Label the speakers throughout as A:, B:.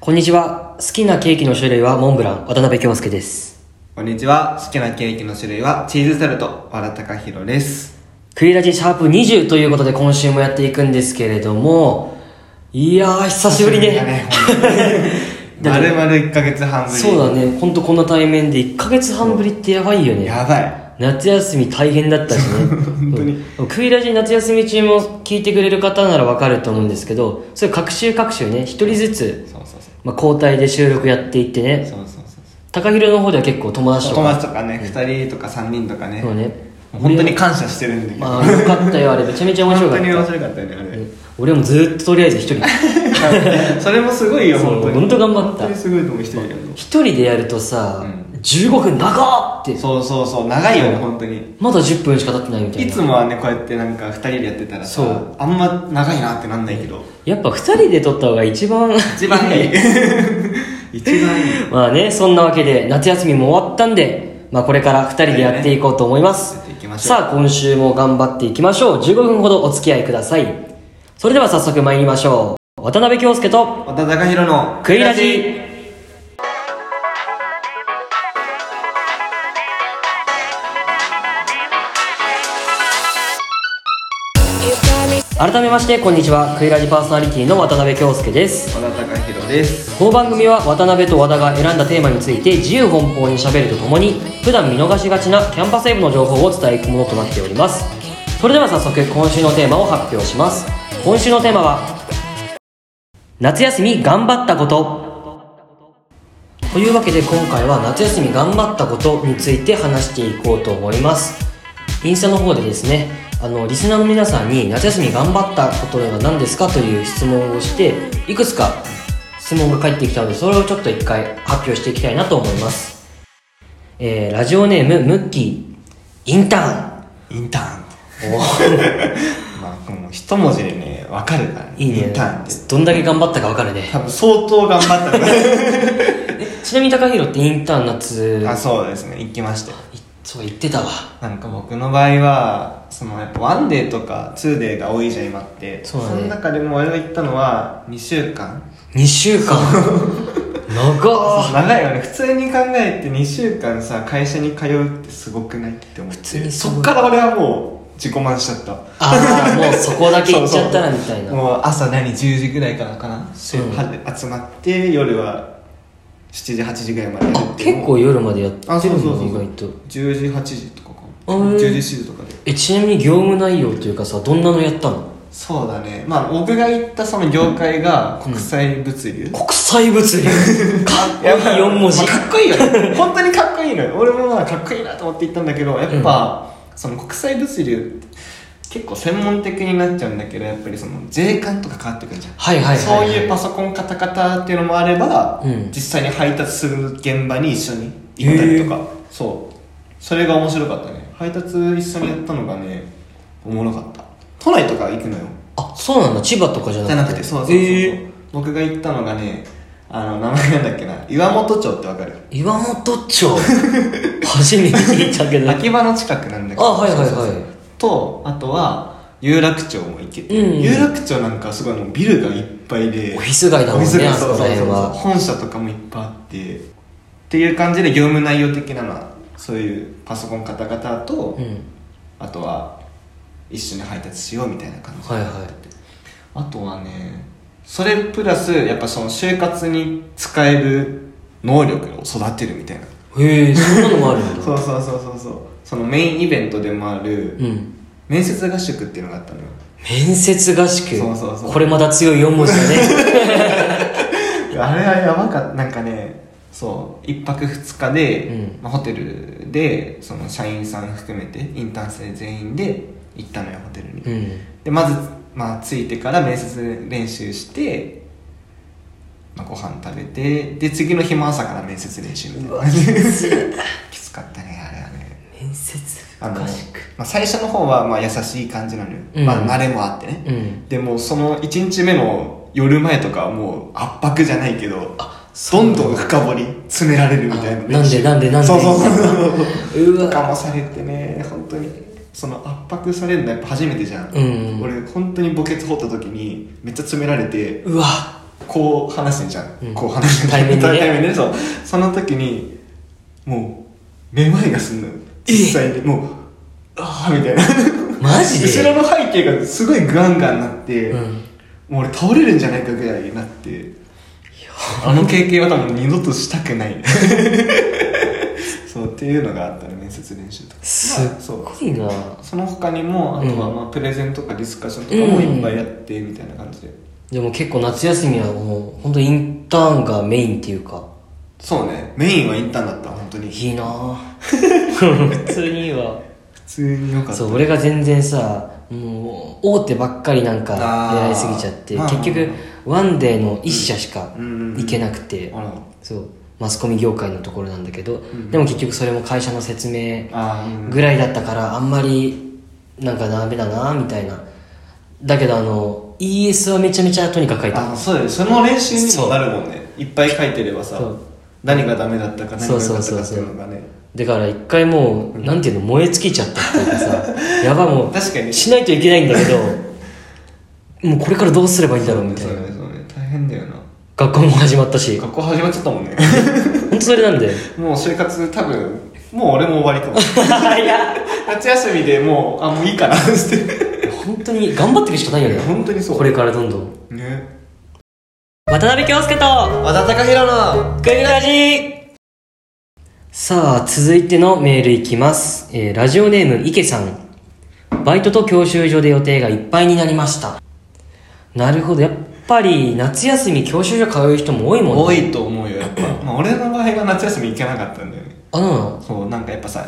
A: こんにちは。好きなケーキの種類はモンブラン、渡辺京介です。
B: こんにちは。好きなケーキの種類はチーズタルト、和田貴弘です。
A: クイラジシャープ20ということで今週もやっていくんですけれども、いやー、久しぶりね。だ
B: ま
A: って
B: るまる1ヶ月半ぶり。
A: そうだね。ほんとこんな対面で1ヶ月半ぶりってやばいよね。
B: やばい。
A: 夏休み大変だったしね 本当に、うんクイラジ夏休み中も聞いてくれる方ならわかると思うんですけどそれ各週各週ね一人ずつ、
B: そうそうそう。
A: まあ、交代で収録やっていってね
B: そうそうそう
A: 高広の方では結構友達
B: そう。
A: と
B: 友
A: か
B: 達とかね、2人とか3人とかね。
A: そうね
B: 本当に感謝してるんだけど。
A: まあよかったよあれめちゃめちゃ面白
B: 本
A: か
B: 当
A: っ
B: に
A: た
B: 面白かったよね、あれ。
A: 俺もずっととりあえず一人
B: それもすごいよ、
A: そう
B: 本当に。
A: 本当頑張っ
B: 本当に
A: た
B: すごいと思う、一人で。
A: 一人でやるとさ、
B: う
A: 15分長っって
B: そうそうそう、長いよね、本当に。
A: まだ10分しか経ってないみたい
B: い
A: な
B: つもはね、こうやってなんか2人でやってたら
A: そ
B: さ
A: う、
B: あんま長いなってなんないけど。
A: やっぱ二人で撮った方が一番
B: 一番いい。一番いい。
A: まあね、そんなわけで夏休みも終わったんで、まあこれから2人でやっていこうと思います。
B: はいねやっていきましょう
A: さあ今週も頑張っていきましょう。15分ほどお付き合いください。それでは早速参りましょう。渡辺京介と
B: 和田貴弘の
A: クイラジ。改めましてこんにちは。クイラジパーソナリティの渡辺京介です。
B: 和田貴弘です
A: この番組は渡辺と和田が選んだテーマについて自由奔放にしゃべるとともに普段見逃しがちなキャンパスウェブの情報を伝えていくものとなっておりますそれでは早速今週のテーマを発表します今週のテーマは夏休み頑張ったことというわけで今回は夏休み頑張ったことについて話していこうと思いますインスタの方でですねあのリスナーの皆さんに夏休み頑張ったことは何ですかという質問をしていくつか質問が返ってきたのでそれをちょっと一回発表していきたいなと思います、えーラジオネームムッキーインターン
B: インターン
A: おー
B: まあこの一文字でね分かるからね
A: いいね
B: インターンって
A: どんだけ頑張ったか分かるね
B: 多分相当頑張ったか
A: ちなみに高弘ってインターン夏
B: らあそうですね行きましたよ
A: いそう言ってたわ
B: なんか僕の場合はそのやっぱワンデーとかツーデーが多いじゃん今って
A: そうだね
B: の中でも俺が行ったのは2週間
A: 2週間長っ
B: 長いよね普通に考えて2週間さ会社に通うってすごくないって思っ
A: 通に
B: て
A: すご
B: そ
A: い
B: っから俺はもう自己満しちゃった
A: ああもうそこだけ行っちゃったらみたいな
B: そうそうもう朝何10時ぐらいからかな、そう
A: うん
B: 集まって夜は7時8時ぐらいまでやる
A: あ
B: っていう
A: 結構夜までやってるんだ
B: あそうそうそう
A: 意外と
B: 10時8時とかか
A: あー
B: 10時7時とかで
A: えちなみに業務内容というかさどんなのやったの
B: そうだねまあ僕が行ったその業界が国際物流、
A: 国際物 流かっこいい4文字
B: まあかっこいいよね本当にかっこいいのよ俺もまあかっこいいなと思って行ったんだけどやっぱ、その国際物流って結構専門的になっちゃうんだけどやっぱりその税関とか変わってくるじゃん
A: はいはいはい
B: そういうパソコンカタカタっていうのもあれば、
A: うん
B: 実際に配達する現場に一緒に行ったりとか、そうそれが面白かったね配達一緒にやったのがねおもろかった都内とか行くのよ
A: あそうなんだ千葉とかじゃなく
B: じ
A: て
B: ゃなくてそうそうそう、
A: え
B: 僕が行ったのがねあの名前なんだっけな岩本町ってわかる
A: ー岩本 町初めて聞いたけど
B: 秋葉の近くなんだけど
A: あはいはいはい
B: そうそうそうとあとは有楽町も行けて、
A: うん
B: 有楽町なんかすごいもうビルがいっぱいで
A: オフィス街だもんね
B: お店が
A: あそこら辺は
B: 本社とかもいっぱいあってっていう感じで業務内容的なのはそういうパソコンカタカタと、
A: うん
B: あとは一緒に配達しようみたいな感じ、
A: はいはい
B: あとはねそれプラスやっぱその就活に使える能力を育てるみたいな
A: へえそんなのもあるんだ
B: そうそうそうそうそうそのメインイベントでもある
A: うん
B: 面接合宿っていうのがあったのよ
A: 面接合宿
B: そうそうそう
A: これまた強い4文字だ ね
B: あれはやばかったなんかねそう1泊2日で、
A: うん
B: まあ、ホテルでその社員さん含めてインターン生全員で行ったのよホテルに、
A: うん
B: でまず、まあ、着いてから面接練習して、まあ、ご飯食べてで次の日も朝から面接練習みたいな感じ きつかったねあれはね
A: 面接
B: あの
A: 合宿
B: まあ、最初の方はまあ優しい感じなのよ、
A: うん
B: まあ、慣れもあってね、
A: うん
B: でもその1日目の夜前とかはもう圧迫じゃないけど
A: そ
B: ど
A: うん
B: どん深掘り詰められるみたいな
A: あなんでなんでなんで
B: そうそうそう
A: う
B: とか
A: わ
B: もされてね本当にその圧迫されるのやっぱ初めてじゃん、
A: うん
B: 俺本当に墓穴掘った時にめっちゃ詰められて
A: うわ
B: こう話してんじゃん、
A: うん
B: こう話してんじゃん
A: 対面でね
B: 対面でそうその時にもうめまいがすんのよ実際にもうああみたいな
A: マジで
B: 後ろの背景がすごいガンガンなって、
A: うん
B: もう俺倒れるんじゃないかぐらいになってあの経験は多分二度としたくない そうっていうのがあったね面接練習とか
A: すっ
B: まあそう
A: ごいな
B: その他にもあとは
A: うん
B: まあプレゼンとかディスカッションとかもいっぱいやってみたいな感じで、
A: でも結構夏休みはもう本当インターンがメインっていうか
B: そうねメインはインターンだった本当に普
A: いい なぁ普通にいいわ
B: 通によかった
A: そう俺が全然さもう大手ばっかりなんか
B: あー
A: 狙いすぎちゃって
B: まあ
A: 結局ワンデーの一社しか
B: うん
A: 行けなくて、
B: あら
A: そうマスコミ業界のところなんだけど、でも結局それも会社の説明
B: あーうん
A: ぐらいだったからあんまりなんかダメだなみたいなだけどあの ES はめちゃめちゃとにかく書いた
B: あそうだよその練習にもなるもんねいっぱい書いてればさ
A: そう
B: 何がダメだったか何が良かった
A: そうそう
B: かっ
A: そ
B: て
A: うそう
B: いうのがね
A: だから一回もう、なんていうの燃え尽きちゃったっていうかさやばもう
B: 確かに
A: しないといけないんだけどもうこれからどうすればいいんだろうみたい
B: そう
A: な、
B: ねそうね大変だよな
A: 学校も始まったし
B: 学校始まっちゃったもんね
A: 本当それなんだよ
B: もう就活多分もう俺も終わりかも
A: いや
B: 夏休みでもうあもういい かなって
A: 本当に頑張っていくしかないよね
B: 本当にそう
A: これからどんどん
B: ね
A: 渡辺京介と
B: 和田貴弘の
A: グリラジさあ続いてのメールいきます、えーラジオネーム池さんバイトと教習所で予定がいっぱいになりましたなるほどやっぱり夏休み教習所通う人も多いもんね
B: 多いと思うよやっぱ、まあ、俺の場合は夏休み行けなかったんだよね
A: あの
B: そうなんかやっぱさ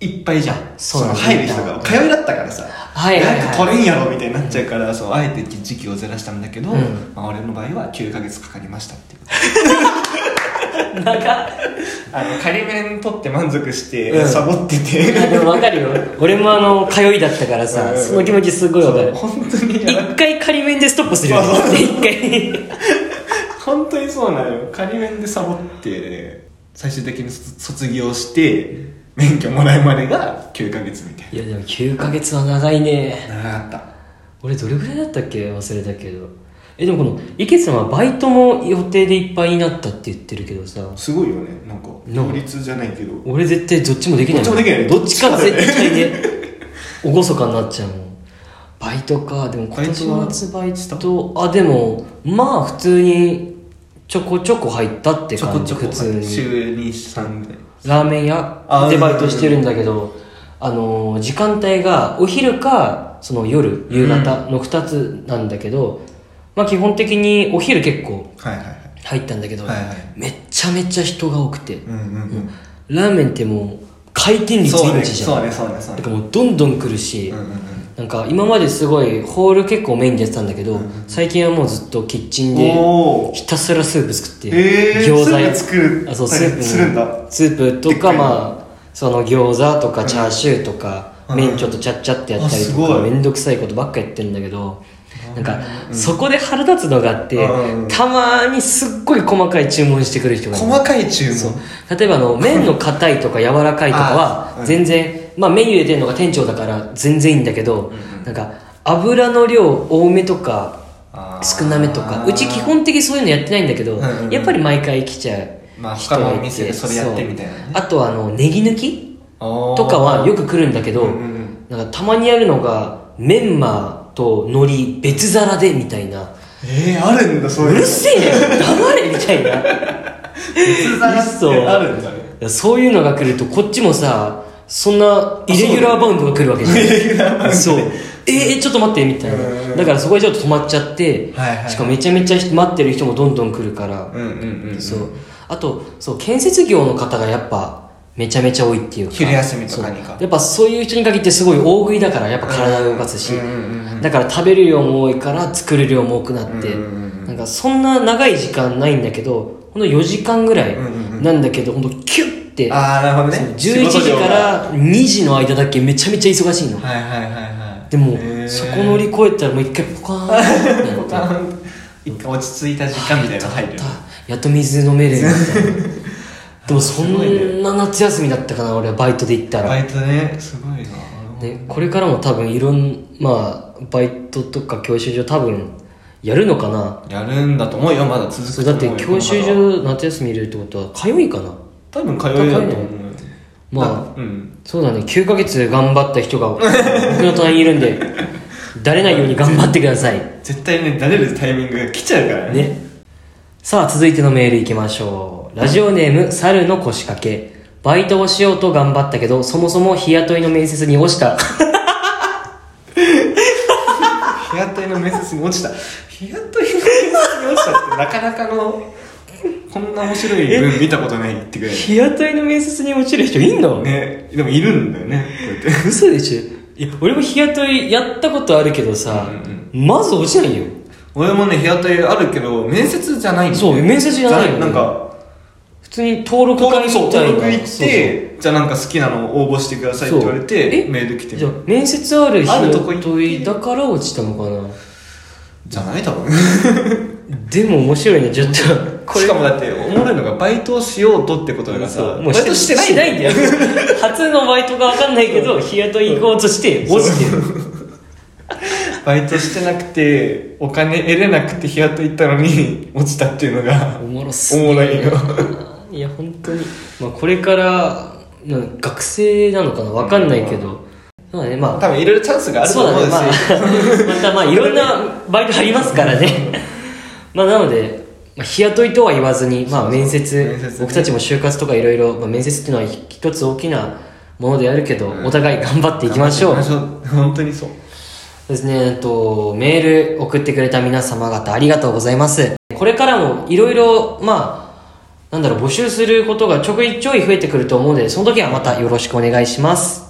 B: いっぱいじゃん
A: そうなん
B: の
A: だ
B: 入る人が通いだったからさ、
A: はいはいはい
B: なんか取れんやろみたいになっちゃうから、そうあえて時期をずらしたんだけど、
A: うん
B: まあ、俺の場合は9ヶ月かかりましたっていう
A: なんか
B: あの仮面取って満足して、
A: うん
B: サボってて
A: でも分かるよ俺もあの通いだったから
B: うん
A: さ
B: うん
A: その気持ちすごい分かる
B: そう本当にやばい
A: 一回仮面でストップするよね
B: そうそうそう
A: 一回
B: 本当にそうなのよ仮面でサボって最終的に卒卒業して免許もらうまでが9ヶ月みたい
A: いやでも9ヶ月は長いね
B: な長かった
A: 俺どれぐらいだったっけ忘れたけどえでもこの池さんはバイトも予定でいっぱいになったって言ってるけどさ
B: すごいよねなんか両立じゃないけど
A: 俺絶対どっちもできない
B: どっちもできない
A: どっちか絶対ね厳かになっちゃうもんバイトかでも今年の夏バイ
B: した
A: トあでもまあ普通にちょこちょこ入ったって
B: ちょこ
A: 感じ
B: ちょこ
A: 普通に
B: 週に3ぐらい
A: ラーメン屋
B: あ
A: でバイトしてるんだけど、あのー時間帯がお昼かその夜夕方の2つなんだけど、まあ基本的にお昼結構
B: はいはいはい
A: 入ったんだけど、
B: はいはい
A: めっちゃめちゃ人が多くて、
B: うんうんうん
A: ラーメンってもう回転率
B: そうね
A: 命じゃん、
B: そうねそうねそ
A: だ
B: うね
A: からもうどんどん来るし、
B: うんうんうん
A: なんか今まですごいホール結構メインでやってたんだけど、最近はもうずっとキッチンで
B: おお
A: ひたすらスープ作って、
B: えー、
A: 餃子や
B: スープ作る
A: あそう
B: はい
A: スープの
B: するんだ
A: スープと
B: でっか
A: か
B: いの
A: まあその餃子とかチャーシューとか、
B: うん
A: 麺ちょっとちゃっちゃってやったりと
B: あす
A: か
B: ごい
A: めんどくさいことばっかやってるんだけどなんか、そこで腹立つのがあって、
B: うん
A: たまにすっごい細かい注文してくる人がいる
B: 細かい注文
A: 例えばあ の麺の硬いとか柔らかいとか
B: あーう
A: は
B: ん
A: 全然、まあメニュー入れてるのが店長だから全然いいんだけど、なんか油の量多めとか
B: あー
A: 少なめとかうち基本的にそういうのやってないんだけど、
B: んうんうん
A: やっぱり毎回来ちゃう
B: まあ
A: 人
B: 他
A: がいて、
B: のお店でそれやってみたいなね
A: そうあとはあのネギ抜き
B: おー
A: とかはよく来るんだけど、
B: うんうん
A: なんかたまにやるのがメンマと海苔別皿でみたいな
B: えー、あるんだそう
A: う
B: いうの
A: るせえよ黙れみたいな
B: 別皿ってあるんだね
A: そういうのが来るとこっちもさそんなイレギュラーバウンドが来るわけじゃんそうえー、ちょっと待ってみたい
B: うん
A: なだからそこでちょっと止まっちゃって、
B: はいはい
A: しかもめちゃめちゃ待ってる人もどんどん来るから、
B: うんうんうん
A: そうあとそう建設業の方がやっぱめちゃめちゃ多いっていうか
B: 昼休みとかにか
A: そうやっぱそういう人に限ってすごい大食いだからやっぱ体を動かすし、
B: うんうんうん
A: だから食べる量も多いから作る量も多くなって、
B: うんうん
A: なんかそんな長い時間ないんだけどほんと4時間ぐらいなんだけど、ほんとキュッて
B: ああなるほどね
A: 11時か
B: は
A: ら2時の間だけめちゃめちゃ忙しいの
B: いはいはいはい
A: でも
B: へー
A: そこ乗り越えたらもう一回ポカーンってなって
B: 一回落ち着いた時間みたいなの入る
A: やっと水飲めるみたいなでもそんな夏休みだったかな俺はバイトで行ったら、
B: バイトねすごいな
A: ね、これからも多分いろんまあバイトとか教習所多分やるのかな
B: やるんだと思うよまだ続
A: そ
B: く
A: う
B: と
A: だっ
B: 思う
A: て
B: よ
A: 教習所夏休み入れるってことは通いかな
B: 多分通えるだと思うよ
A: まあ
B: あうん
A: そうだね9ヶ月頑張った人が僕の隣にいるんでだれないように頑張ってください
B: 絶対ね慣れるタイミングが来ちゃうからね
A: ねさあ続いてのメールいきましょうラジオネーム猿の腰掛けバイトをしようと頑張ったけどそもそも日雇いの面接に落ち た
B: 日雇いの面接に落ちた日雇いの面接に落ちたってなかなかのこんな面白い文見たことないってくらい
A: 日雇いの面接に落ちる人いんの
B: ねでもいるんだよねこうやっ て
A: 嘘でしょいや俺も日雇いやったことあるけどさ、まず落ちないよ
B: 俺もね日雇いあるけど面接じゃないんだよ
A: そう面接じゃないよね
B: なんか
A: 普通に登録
B: 登
A: 会
B: 録
A: み
B: そう
A: たい
B: 登
A: な
B: 録行ってじゃあなんか好きなのを応募してくださいって言われてメール来て
A: じゃあ面接ある日
B: あるとこ行って
A: 雇いだから落ちたのか
B: じゃない多分
A: なでも面白いねちょっと
B: しかもだっておもろいのがバイトをしようとってことだからさ
A: もう
B: バイトしてない
A: ん だよ初のバイトが分かんないけど日雇い行こうとして落ちてる
B: バイトしてなくてお金得れなくて日雇い行ったのに落ちたっていうのが
A: おもろっす
B: おもろいよ
A: いや本当にまあこれからなんか学生なのかな分かんないけどそうだねまあ
B: 多分いろいろチャンスがあると
A: そう
B: 思う
A: だ
B: し、
A: ね、ま あ、またまあいろんなバイトありますからねまあなので、まあ、日雇いとは言わずに、まあ、面接
B: 面接ね
A: 僕たちも就活とかいろいろまあ面接っていうのは一つ大きなものであるけど、
B: うん
A: お互い頑張っていきましょう
B: 頑張っていきましょう本当にそう
A: ですね、えっと、メール送ってくれた皆様方ありがとうございます。これからもいろいろ、まあ、なんだろう、募集することがちょいちょい増えてくると思うので、その時はまたよろしくお願いします。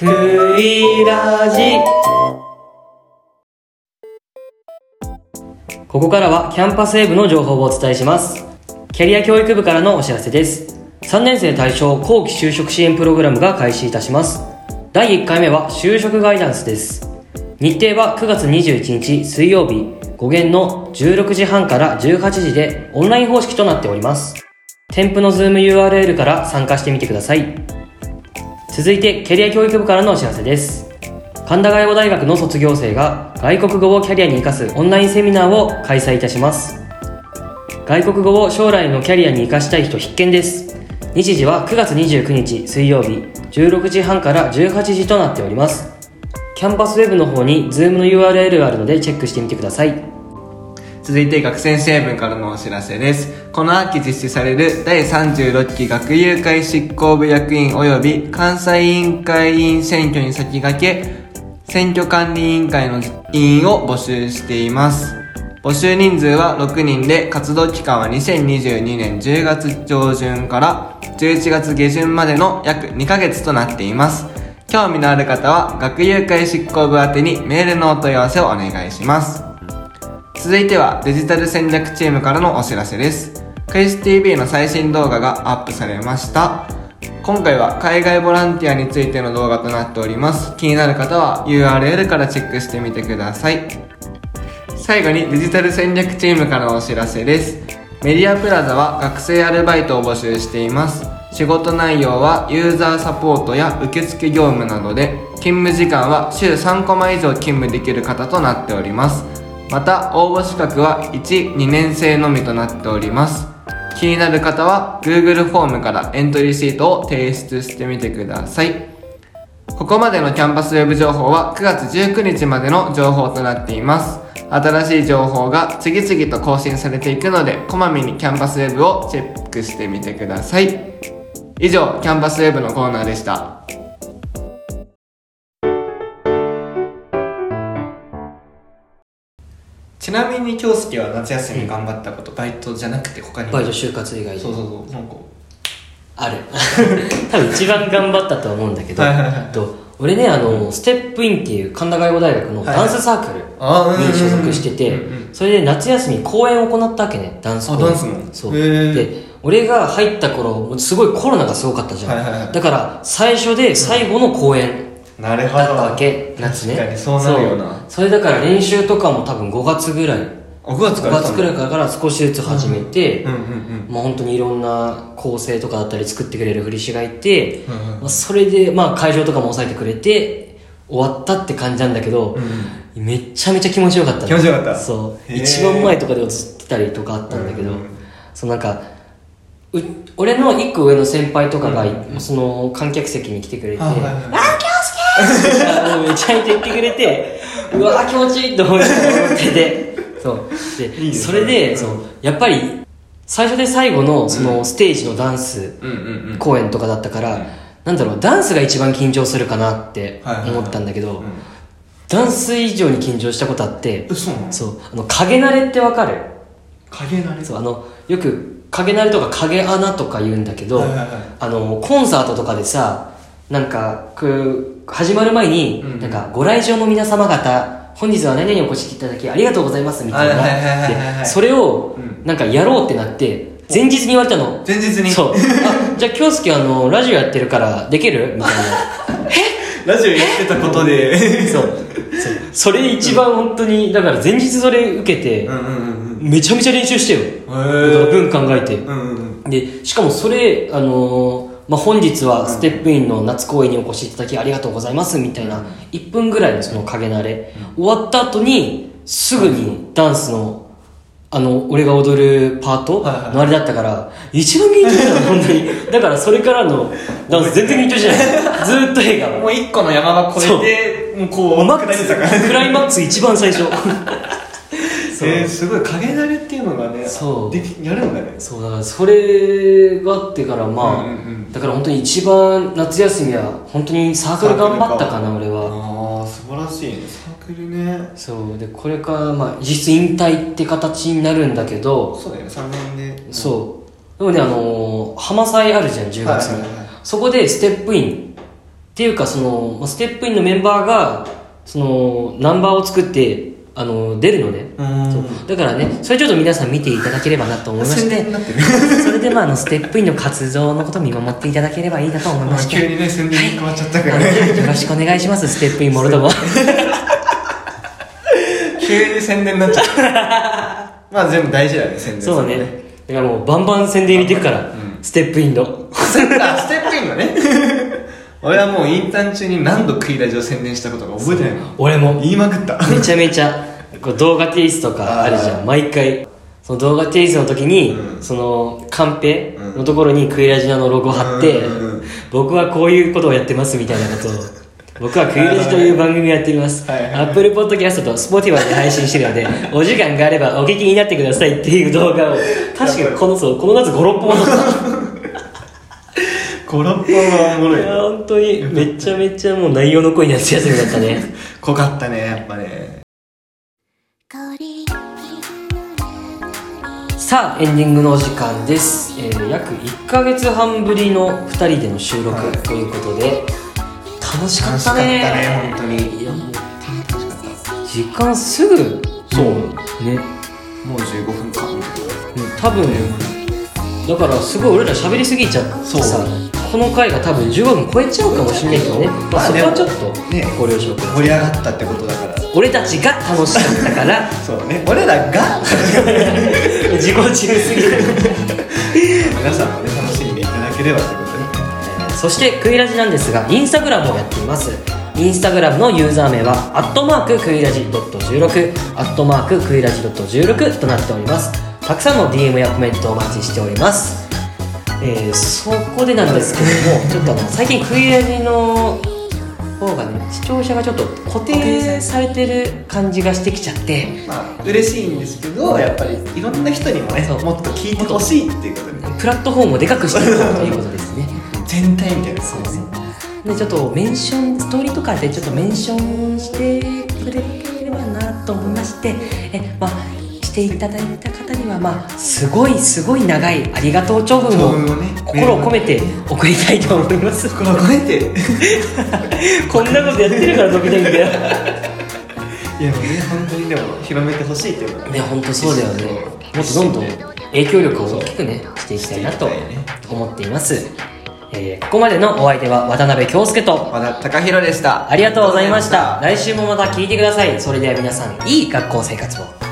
A: くいラジここからはキャンパスウェブの情報をお伝えします。キャリア教育部からのお知らせです。3年生対象後期就職支援プログラムが開始いたします。第1回目は就職ガイダンスです。日程は9月21日水曜日午限の16時半から18時でオンライン方式となっております。添付の ZoomURL から参加してみてください。続いてキャリア教育部からのお知らせです神田外語大学の卒業生が外国語をキャリアに生かすオンラインセミナーを開催いたします外国語を将来のキャリアに生かしたい人必見です日時は9月29日水曜日16時半から18時となっておりますキャンパスウェブの方に Zoom の URL があるのでチェックしてみてください
B: 続いて学生新聞からのお知らせですこの秋実施される第36期学友会執行部役員及び関西委員会委員選挙に先駆け選挙管理委員会の委員を募集しています募集人数は6人で活動期間は2022年10月上旬から11月下旬までの約2ヶ月となっています興味のある方は学友会執行部宛てにメールのお問い合わせをお願いします続いてはデジタル戦略チームからのお知らせですクエス TV の最新動画がアップされました今回は海外ボランティアについての動画となっております気になる方は URL からチェックしてみてください最後にデジタル戦略チームからのお知らせですメディアプラザは学生アルバイトを募集しています仕事内容はユーザーサポートや受付業務などで勤務時間は週3コマ以上勤務できる方となっておりますまた応募資格は12年生のみとなっております気になる方は Google フォームからエントリーシートを提出してみてくださいここまでのキャンパスウェブ情報は9月19日までの情報となっています。新しい情報が次々と更新されていくので、こまめにキャンパスウェブをチェックしてみてください。以上、キャンパスウェブのコーナーでした。ちなみに京介は夏休み頑張ったこと、バイトじゃなくて他に
A: バイト就活以外で
B: そうそうそう、なんか。
A: ある 多分一番頑張ったとは思うんだけど
B: はいはいはい
A: えっと俺ねあのステップインっていう神田外語大学のダンスサークル
B: あ
A: に所属してて、
B: うんうん
A: それで夏休みに公演を行ったわけねダンス公演
B: あダンスの
A: そう
B: へー
A: で俺が入った頃すごいコロナがすごかったじゃん、
B: はいはいはい
A: だから最初で最後の公演
B: なる
A: だったわけ、夏ね
B: 確かにそうなるよな
A: そうそれだから練習とかも多分5月ぐらい
B: あ9月
A: 5月ぐらいから少しずつ始めて、
B: うんうん
A: まあ、本当にいろんな構成とかだったり作ってくれる振り師がいて、
B: うんうん
A: まあ、それでまあ会場とかも抑えてくれて終わったって感じなんだけど、
B: うん
A: めっちゃめちゃ気持ちよかったの
B: 気持ちよかった
A: そう
B: へー
A: 一番前とかで映ってたりとかあったんだけど、
B: うん
A: そのなんかう俺の一個上の先輩とかが、
B: うん
A: その観客席に来てくれて「
B: あ
A: あ
B: はいはい
A: ーめちゃめちゃ言ってくれてうわー気持ちいいと思 っててそうで
B: いいね
A: それ
B: う
A: で
B: ん
A: そうやっぱり最初で最後のそのステージのダンス、
B: うんうんうん
A: 公演とかだったから、
B: うん
A: なんだろうダンスが一番緊張するかなって思ったんだけど、ダンス以上に緊張したことあって
B: え、そうなの
A: そうあの影慣れってわかる
B: 影なれ
A: そうあのよく影慣れとか影穴とか言うんだけど、
B: はいはいはい
A: あのコンサートとかでさなんかく始まる前に、
B: うんうん
A: なんかご来場の皆様方本日は何々お越しいただきありがとうございますみたい
B: はいはいはいはいはい
A: なでそれを
B: うん
A: なんかやろうってなって前日に言われたの
B: 前日に
A: そうあじゃあ京介あのラジオやってるからできるみたいな
B: ラジオやってたこと で
A: そうそうそれ一番本当にだから前日それ受けて、
B: うんうんうんうんへ
A: めちゃめちゃ練習してよ、
B: え
A: 文考えて
B: う、んうん
A: でしかもそれあのーまあ、本日はステップインの夏公演にお越しいただきありがとうございますみたいな1分ぐらいのその影慣れ、終わった後にすぐにダンスのあの俺が踊るパート
B: はいはい
A: のあれだったから一番緊張したの本当にだからそれからのダンス全然緊張しないずーっと映画
B: もう一個の山が越えてもうこう
A: マッ
B: 下
A: ク
B: り
A: ス
B: 坂
A: クライマックス一番最 初そう
B: えー、すごい影慣れっていうのがね
A: そう
B: できやるんだね
A: そうだからそれがあってからまあ、
B: うんうんうん
A: だから本当に一番夏休みは本当にサークル頑張ったかな俺は
B: ああ素晴らしいねサークルね
A: そうでこれからまあ実質引退って形になるんだけど、
B: そうだよね3年で
A: そうでもねあのー浜祭あるじゃん10月に、
B: はいはいはい
A: そこでステップインっていうかそのまあステップインのメンバーがそのナンバーを作ってあのー出るのね、
B: うーん
A: そうだからねそれちょっと皆さん見ていただければなと思いまし て
B: 宣伝になってる
A: それでまああのステップインの活動のことを見守っていただければいいなと思い
B: ま
A: ま
B: あ
A: して
B: 急にね宣伝に変わっちゃったからね
A: よろしくお願いしますステップインモルドバ
B: 急に宣伝になっちゃったまあ全部大事だよね宣伝
A: そうねだからもうバンバン宣伝入れてくから、ステップインの
B: そっかステップインがね俺はもうインターン中に何度クイラジを宣伝したことが覚えてないの
A: 俺も
B: 言いまくった
A: めちゃめちゃこう動画提出とかあるじゃ
B: あ
A: ん毎回その動画提出の時に、
B: うん
A: そのカンペのところにクイラジナのロゴ貼って、
B: うんうんうん
A: 僕はこういうことをやってますみたいなことを僕はクイラジという番組をやっています、
B: はいはいはい
A: アップルポッドキャストと Spotify で配信してるので お時間があればお聞きになってくださいっていう動画を確かこのそうこの夏56本撮った
B: コラッパはおもろ
A: い
B: い
A: や本当にめちゃめちゃもう内容の濃い夏休みだった ね
B: 濃かったねやっぱね
A: さあエンディングのお時間です、えー約1ヶ月半ぶりの2人での収録
B: はい
A: ということで、楽しか
B: 楽
A: っ
B: しか
A: た
B: った
A: ね
B: ね本当に
A: いやもう時間すぐ
B: そう
A: ねね
B: もう15分間みたいな
A: 多分だからすごい俺ら喋りすぎちゃって
B: そう
A: さこの回が多分15分超えちゃうかもしれないけどね、まあ、そこはちょっと
B: ね
A: ご了承くださ
B: 盛
A: い
B: り上がったってことだから
A: 俺たちが楽しかったから
B: そうね俺らが
A: 自己中すぎる
B: 皆さんもね楽しんでいただければってことね
A: そしてクイラジなんですがインスタグラムをやっていますインスタグラムのユーザー名はアットマーククイラジドット16アットマーククイラジドット16となっておりますたくさんの DM やコメントをお待ちしておりますえー、そこでなんですけどもちょっとあの最近クイラジの方がね視聴者がちょっと固定されてる感じがしてきちゃって
B: まあ嬉しいんですけどやっぱりいろんな人にもね
A: そう
B: もっと聞いてほしいっていうことでね
A: プラットフォームをでかくしていこうということですね
B: 全体みたいな
A: そうですねでちょっとメンションストーリーとかでちょっとメンションしてくれればなと思いましてえ、まあ、していただいた方には、まあ、すごいすごい長いありがとう長
B: 長文
A: 文
B: を
A: を
B: ね
A: 心を込めて送りたいと思います
B: 心を込めて
A: こんなことやってるから時々 だよ
B: いやもうね本当にでも広めてほしいっていうことで
A: ね本当そうだよねもっとどんどん影響力を大きくねしていきたいなと思っています、えーここまでのお相手は渡辺京介と
B: 和田貴弘でした
A: ありがとうございました。来週もまた聞いてください。それでは皆さん、いい学校生活を。